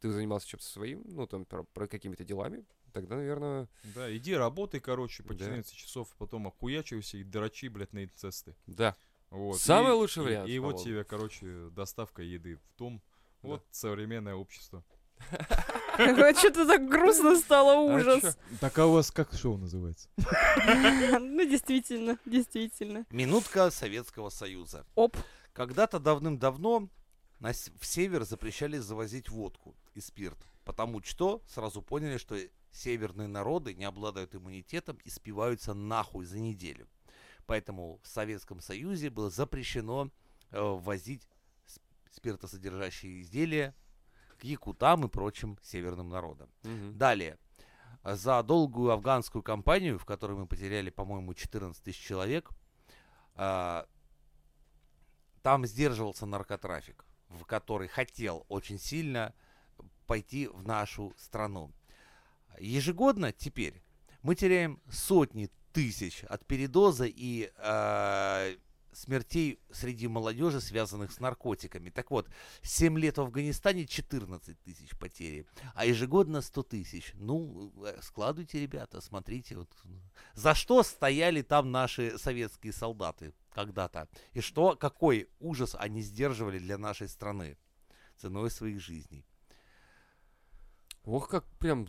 ты занимался чем-то своим, ну, там, про, про какими-то делами, тогда, наверное, Да, иди работай, короче, по Да. 14 часов, потом охуячивайся и дрочи, блядь, на инцесты. да. Вот. Самый и- лучший и- вариант, И, вот по-моему. тебе, короче, доставка еды в том. Да. Вот современное общество. Что-то так грустно стало, А ужас. чё? Так а у вас как шоу называется? Ну, действительно, действительно. Минутка Советского Союза. Оп. Когда-то давным-давно на с- в север запрещали завозить водку и спирт, потому что сразу поняли, что северные народы не обладают иммунитетом и спиваются нахуй за неделю. Поэтому в Советском Союзе было запрещено э, ввозить с- спиртосодержащие изделия к якутам и прочим северным народам. Мгм. Далее. За долгую афганскую кампанию, в которой мы потеряли, по-моему, 14 тысяч человек, а, там сдерживался наркотрафик, в который хотел очень сильно пойти в нашу страну. Ежегодно теперь мы теряем сотни тысяч от передоза и а, смертей среди молодежи, связанных с наркотиками. Так вот, 7 лет в Афганистане 14 тысяч потери. А ежегодно 100 тысяч. Ну, э, складывайте, ребята, смотрите. Вот. За что стояли там наши советские солдаты когда-то? И что, какой ужас они сдерживали для нашей страны ценой своих жизней? Ох, как прям...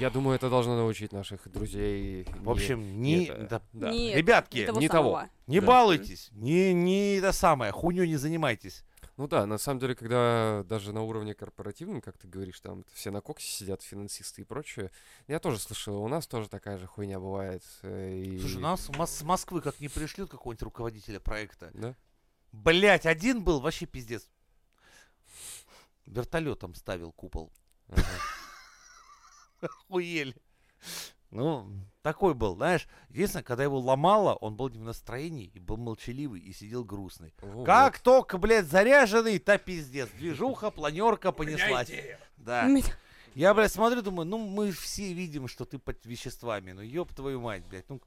Я думаю, это должно научить наших друзей. не- В общем, не не... это, да- да. Нет, Ребятки, не того. самого. не э, Да. балуйтесь, не, не это самое, хуйню не занимайтесь. Ну да, на самом деле, когда даже на уровне корпоративном, как ты говоришь, там все на коксе сидят, финансисты и прочее, я тоже слышал, у нас тоже такая же хуйня бывает. э, И... Слушай, нас в Мос- с Москвы как не пришлют какого-нибудь руководителя проекта. Да? Блять, один был, вообще пиздец. Вертолетом ставил купол. Ага. Охуели. Ну, такой был, знаешь. Единственное, когда его ломало, он был не в настроении, и был молчаливый, и сидел грустный. Во, Как только, блядь, заряженный, то пиздец. Движуха, планерка понеслась. Да. Я, блядь, смотрю, думаю, ну мы ж все видим, что ты под веществами. Ну ёб твою мать, блядь. Ну,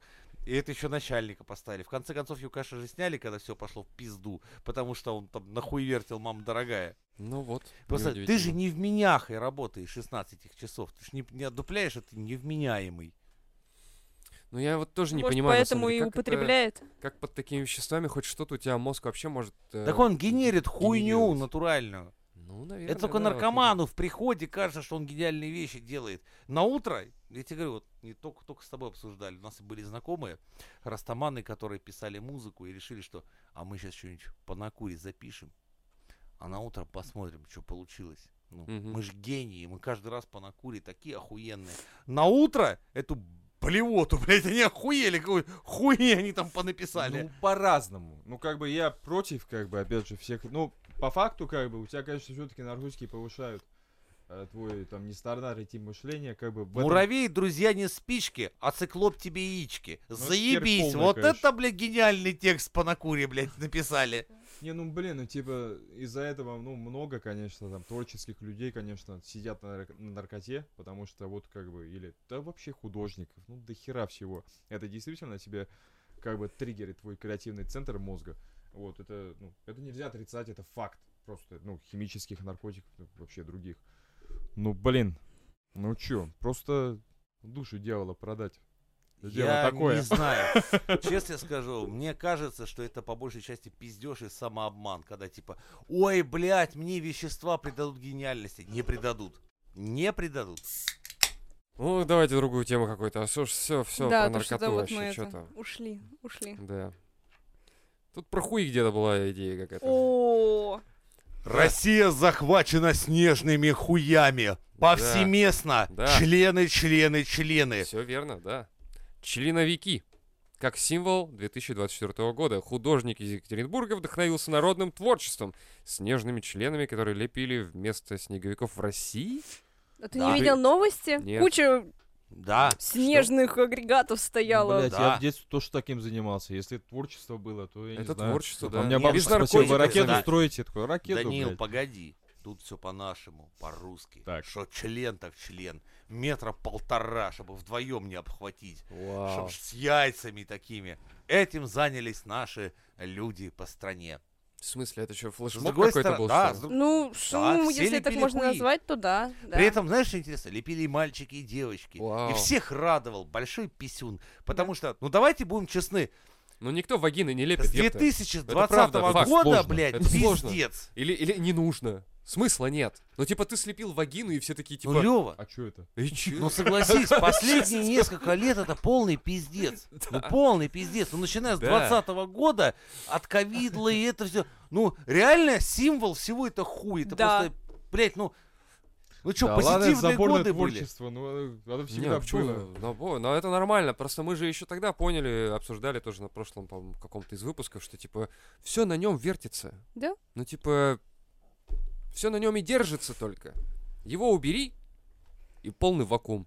и это еще начальника поставили. В конце концов, Юкаша же сняли, когда все пошло в пизду, потому что он там нахуй вертел, мама дорогая. Ну вот. Просто ты неудивительно. же не в менях и работаешь 16 их часов. Ты же не, не отдупляешь, а ты невменяемый. Ну я вот тоже не Может, понимаю. на самом поэтому деле, и как это- употребляет. как под такими веществами хоть что-то у тебя мозг вообще может. э, Так он генерит хуйню генерировать. натуральную. Ну, наверное. Это только да, вот наркоману в приходе кажется, что он гениальные вещи делает. На утро, я тебе говорю, вот не только, только с тобой обсуждали, у нас были знакомые растаманы, которые писали музыку и решили, что а мы сейчас что-нибудь по накуре запишем, а на утро посмотрим, что получилось. Ну, Мгм. Мы же гении, мы каждый раз по накуре такие охуенные. На утро эту блевоту, блядь, они охуели, какой хуйни они там понаписали. Ну, по-разному. Ну, как бы я против, как бы, опять же, всех. Ну, по факту, как бы, у тебя, конечно, все-таки наркотики повышают э, твой там нестандартный тип мышления, как бы в этом- Муравей, друзья, не спички, а циклоп тебе яички. это Заебись, херь полная, вот конечно. это, блядь, гениальный текст по накуре, блядь, написали. Не, ну блин, ну типа из-за этого, ну, много, конечно, там творческих людей, конечно, сидят на, нарк- на наркоте, потому что вот как бы, или да вообще художников, ну до хера всего. Это действительно тебе как бы триггерит твой креативный центр мозга. Вот, это, ну, это нельзя отрицать, это факт. Просто, ну, химических наркотиков, ну, вообще других. Ну, блин, ну чё, просто душу дьявола продать. Дело Я такое. не знаю. Честно скажу, мне кажется, что это по большей части пиздеж и самообман, когда типа, ой, блядь, мне вещества придадут гениальности. Не придадут. Не придадут. это. Ну, давайте другую тему какую-то. А все, все, все да, про то, что наркоту да, вот мы вообще, что это- там. Ушли, ушли. Да. Тут про хуй где-то была идея какая-то. О, Россия захвачена снежными хуями. Повсеместно. Да. Члены, члены, члены. Все верно, да. Членовики. Как символ 2024 года художник из Екатеринбурга вдохновился народным творчеством снежными членами, которые лепили вместо снеговиков в России. А ты Да. не видел новости? Нет. Куча Да. снежных агрегатов стояла. блядь. Блять, Да. я в детстве тоже таким занимался. Если творчество было, то я не Это знаю. творчество, А да. У меня Нет, без бабушка спросила, вы наркотиков, ракету да. строите? Я такой, ракету, Данил, блядь. погоди. Тут все по-нашему, по-русски. Так. Что член, так член. Метра полтора, чтобы вдвоем не обхватить. Вау. Чтоб с яйцами такими. Этим занялись наши люди по стране. В смысле, это что, С флешмоб другой какой-то стороны, был? да, что с ли? друг- Ну, ну, все если так лепили можно хуи. назвать, то да. да. При этом, знаешь, что интересно, лепили и мальчики, и девочки. Вау. И всех радовал большой писюн. Потому что, ну давайте будем честны, Ну никто вагины не лепит, с ёпта. 2020 правда, года, факт, сложно. блядь, Это сложно. пиздец. Или, или не нужно. Смысла нет. Ну типа ты слепил вагину, и все такие Ну, типа... Лёва, А что это? «Э, чё?» Ну согласись, последние несколько лет это полный пиздец. Ну полный пиздец. Ну начиная с Да. 20 года, от ковидла и это все. Ну реально символ всего это хуй. Это Да. просто, блядь, ну... Ну что, Да ладно, это позитивные заборное годы были. творчество, ну, э, оно Не, всегда почему? было. Ну, бо- ну, это нормально. Просто мы же еще тогда поняли, обсуждали тоже на прошлом, по-моему, каком-то из выпусков, что типа все на нем вертится. Да. Ну, типа, все на нем и держится только. Его убери, и полный вакуум.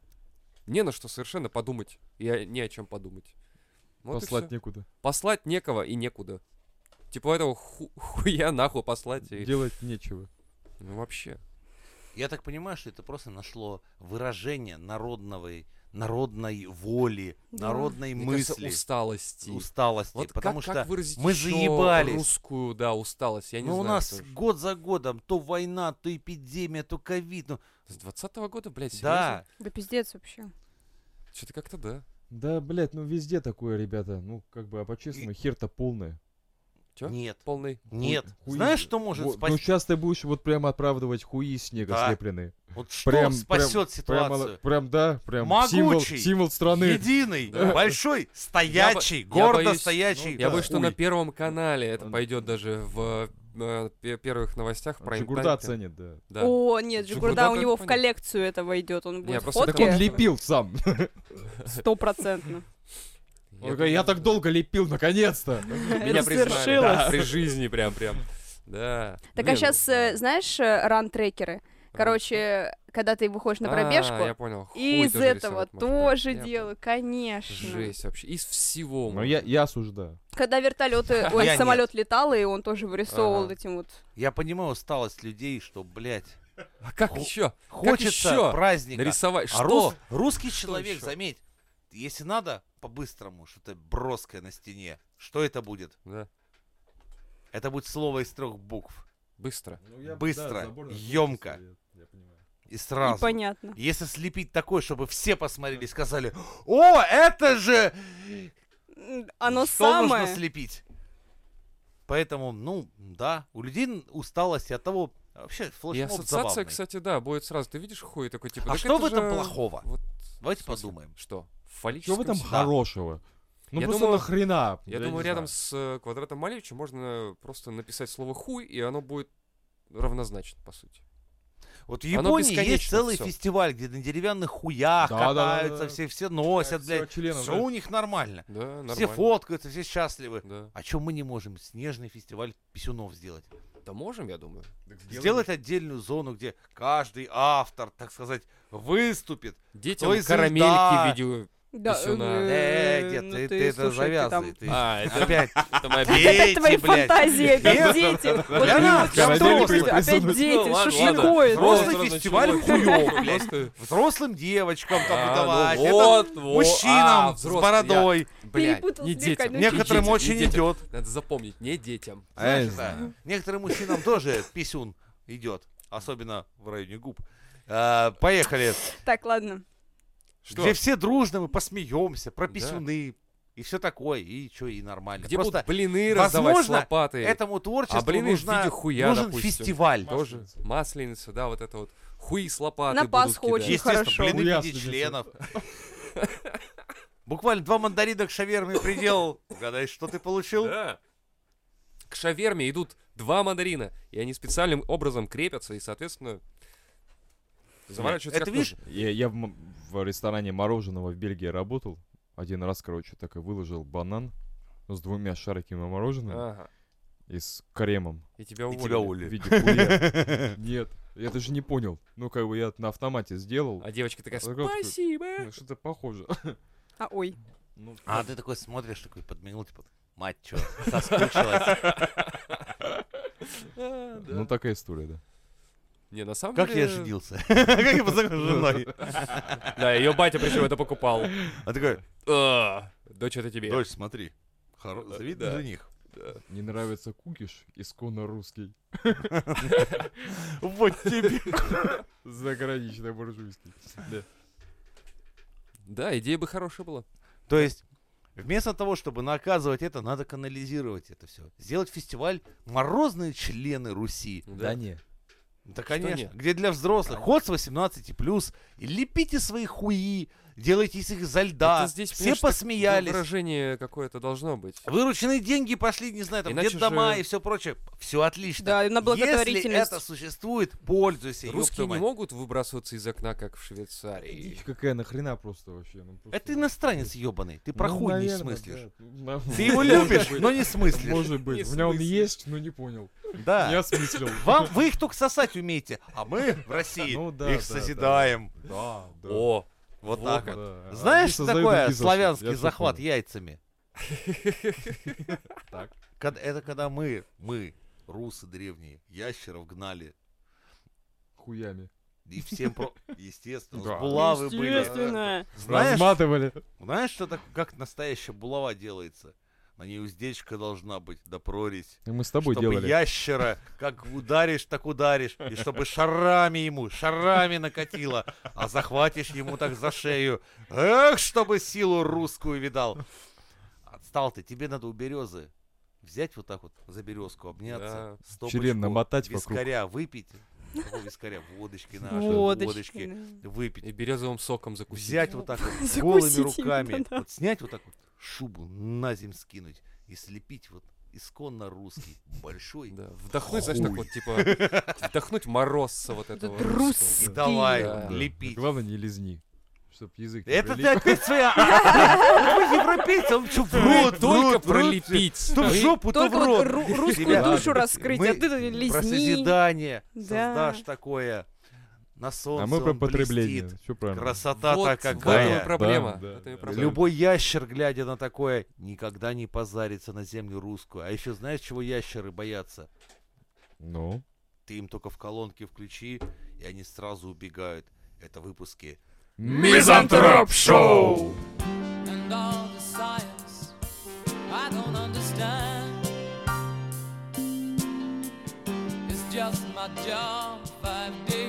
Не на что совершенно подумать. И о- ни о чем подумать. Вот и Послать всё. некуда. Послать некого и некуда. Типа этого ху- хуя нахуй послать. И... Делать нечего. Ну, вообще. Я так понимаю, что это просто нашло выражение народного, народной воли, Да. народной Мне мысли, кажется, усталости. усталости. Вот потому как, что как выразить мы ещё заебались. русскую, да, усталость? Я не ну, у знаю. нас тоже. год за годом то война, то эпидемия, то ковид. Ну, С 20 года, блядь, серьезно? да, Да пиздец вообще. Что-то как-то да. Да, блядь, ну везде такое, ребята. Ну, как бы, а по-честному, хер-то полная. Да? нет, Полный. нет. хуй- Знаешь, что может Вот, Ну, спасти? сейчас ты будешь вот прям оправдывать хуи из снега Да. слепленные. вот что прям- спасет прям- Прям, ситуацию? а, прям, да, прям символ, Могучий. символ страны. Единый, Да. большой, стоячий, бо- я гордо боюсь, стоячий. Я Да, боюсь, что на хуй. Первом канале это Он- пойдет даже в э, пе- первых новостях про Джигурда оценит, да. Да. О, нет, Джигурда, Джигурда у это него в понятно. коллекцию это войдет. Он будет просто так Так он Окей. фотки лепил сам. стопроцентно. Он такой, Я так долго лепил, наконец-то. Меня Это признали. свершилось. да, при жизни прям, прям. Да. Так Не, а ну, сейчас, э, знаешь, э, ран-трекеры? Короче, когда ты выходишь на а, я пробежку, понял. хуй и из тоже этого рисовать можно, да. тоже Я дело, конечно. Жесть вообще. Из всего. Ну, можно. я, я осуждаю. Когда вертолеты, Я ой, нет. самолет летал, и он тоже вырисовывал Ага. этим вот. Я понимаю усталость людей, что, блядь, А как Ху- еще? хочется ещё праздника. Нарисовать. А Что? рус- русский человек, ещё? заметь, если надо, по-быстрому, что-то броское на стене. Что это будет? Да. Это будет слово из трех букв. Быстро. Ну, Быстро, ёмко. И сразу. Непонятно. Если слепить такое, чтобы все посмотрели и сказали, о, это же М, Оно что самое. нужно слепить. Поэтому, ну, да, у людей усталость и от того, вообще И флешмоб ассоциация, забавный. кстати, да, будет сразу. Ты видишь хуй такой, типа, А «Так что в это этом же плохого? вот Давайте В смысле? подумаем. Что? В фаллическом Что в этом се- хорошего? Ну Я просто думаю- нахрена? Я, не думаю, рядом знаю. с э, квадратом Малевича можно просто написать слово хуй, и оно будет равнозначно, по сути. Вот в Оно Японии есть бесконечно целый всё. фестиваль, где на деревянных хуях Да, да, да, катаются, да. все все носят, Всё блядь. членов, все да. у них нормально. Да, нормально. Все фоткаются, все счастливы. Да. А чем мы не можем снежный фестиваль писюнов сделать? Да можем, я думаю. Сделать отдельную зону, где каждый автор, так сказать, выступит. Детям Кто из карамельки льда? видео. Да, Писюна. э, Э, ну дед, ты, ты, ты это слушай, ты завязывай. там- ты. А, Опять. это моя Дети, Опять твои блядь. фантазии, Да, опять дети. Вот Для именно нас, взрослые, взрослых, опять присутствует. Ну, дети, ладно, шашлыкое. ладно. да. Взрослый Сразу фестиваль началось. хуёв, блядь. Просто- Взрослым девочкам там А, выдавать. ну это вот, вот. Мужчинам А, с взрослый, бородой. я- Блядь, Перепутал не с детям. декадой. не Некоторым детям, очень не детям. идет. Надо запомнить, не детям. А, я Знаешь, не да, знаю. некоторым мужчинам тоже писюн идет, особенно в районе губ. А, поехали. Так, ладно. Что? Где все дружно, мы посмеемся про Да. писюны и все такое, и что, и нормально. Где Просто будут блины раздавать с возможно, лопатой? этому творчеству А блины в нужна- виде хуя, нужен допустим. фестиваль. Тоже масленица, да, вот это вот. Хуи с лопатой На будут Пасху кидать. очень Естественно, хорошо. блины в Хуя виде с людьми. членов. Буквально два мандарина к шаверме приделал. Угадай, что ты получил? Да. К шаверме идут Два мандарина. И они специальным образом крепятся и, соответственно, заворачиваются это как видишь, нужно. Я, я в, м- в ресторане мороженого в Бельгии работал. Один раз, короче, так и выложил банан с двумя шариками мороженого Ага. и с кремом И тебя И уволили. тебя в уволили. виде курьера. Нет, я даже не понял. Ну, как бы я на автомате сделал. А девочка такая, Вот такой, спасибо. Ну, Что-то похоже. А ой. Ну, А ты такой смотришь, такой подмигнул, типа, мать, чё, соскучилась. А, да. ну, такая история, да. Не, на самом Как деле... я женился? Как я познакомился с женой? Да, ее батя причем это покупал. А такой, А, Дочь, это тебе. дочь, смотри, хоро- Да, завидный да. жених. Не нравится кукиш, исконно русский. Вот тебе. Заграничный буржуйский. Да. Да, идея бы хорошая была. То есть, вместо того, чтобы наказывать это, надо канализировать это все. Сделать фестиваль «Морозные члены Руси». не. Да, Что конечно. нет? Где для взрослых. Ход с 18 плюс. И лепите свои хуи. Делайте из их изо льда. Это здесь, Все понимаешь, так посмеялись. Выражение какое-то должно быть. Вырученные деньги пошли, не знаю, там, Иначе нет дома же- и все прочее. Все отлично. Да, и на Если благотворительность. это существует, пользуйся. ёб Русские твою не мать. могут выбрасываться из окна, как в Швейцарии. Какая нахрена просто вообще? ну, просто- Это Э, иностранец ебаный. Ты про Ну, хуй не наверно, смыслишь. да. Ну, на- Ты его любишь, но не смыслишь. Может быть. Не У меня он смыслишь. есть, но не понял. Не Да. осмыслил. Вам, вы их только сосать умеете, а мы в России Ну да, их да, созидаем. Да, да. О, Вот Вот так как. вот. Да. Они Знаешь, что создают такое антисоциал. славянский Я всё захват понял. яйцами? Так. Кад- Это когда мы, мы, русы древние, ящеров гнали. Хуями. И всем про... Естественно, у нас Да. булавы были. Естественно. Знаешь, Разматывали. Знаешь, что так, как настоящая булава делается? На ней уздечка должна быть, да прорезь. И мы с тобой чтобы делали. ящера, как ударишь, так ударишь. И чтобы шарами ему, шарами накатило. А захватишь ему так за шею. Эх, чтобы силу русскую видал. Отстал ты, тебе надо у березы взять вот так вот за березку, обняться, стопочку Член намотать вокруг. вискаря выпить. Какого вискаря? Водочки наши, водочки. Водочки. Выпить и березовым соком закусить. взять вот так вот Закусить голыми именно, руками, да. вот снять вот так вот шубу на земь скинуть и слепить вот исконно русский большой. Да, вдохнуть, знаешь, так Хуй. вот, типа, вдохнуть морозца вот этого. Этот русского. И русский. давай Да. лепить. Главное, не лизни. Чтоб язык не Это ты прилип. опять своя... а? Ну, Вы европейцы, он что, Вы врут, только врут, врут. пролепить. То в Вы- жопу, то в Только вот рот. ру- русскую Ребята, душу раскрыть, мы а ты тут Про лизни. созидание Да. создашь такое. На солнце А мы про он потребление. блестит. Все правильно. Красота-то Вот В этом и какая. проблема. Да, да, в этом и да. проблема. Любой ящер, глядя на такое, никогда не позарится на землю русскую. А еще знаешь, чего ящеры боятся? Ну. Ты им только в колонке включи, и они сразу убегают. Это выпуски. Мизантроп Шоу! and all the science I don't understand. It's just my job five days.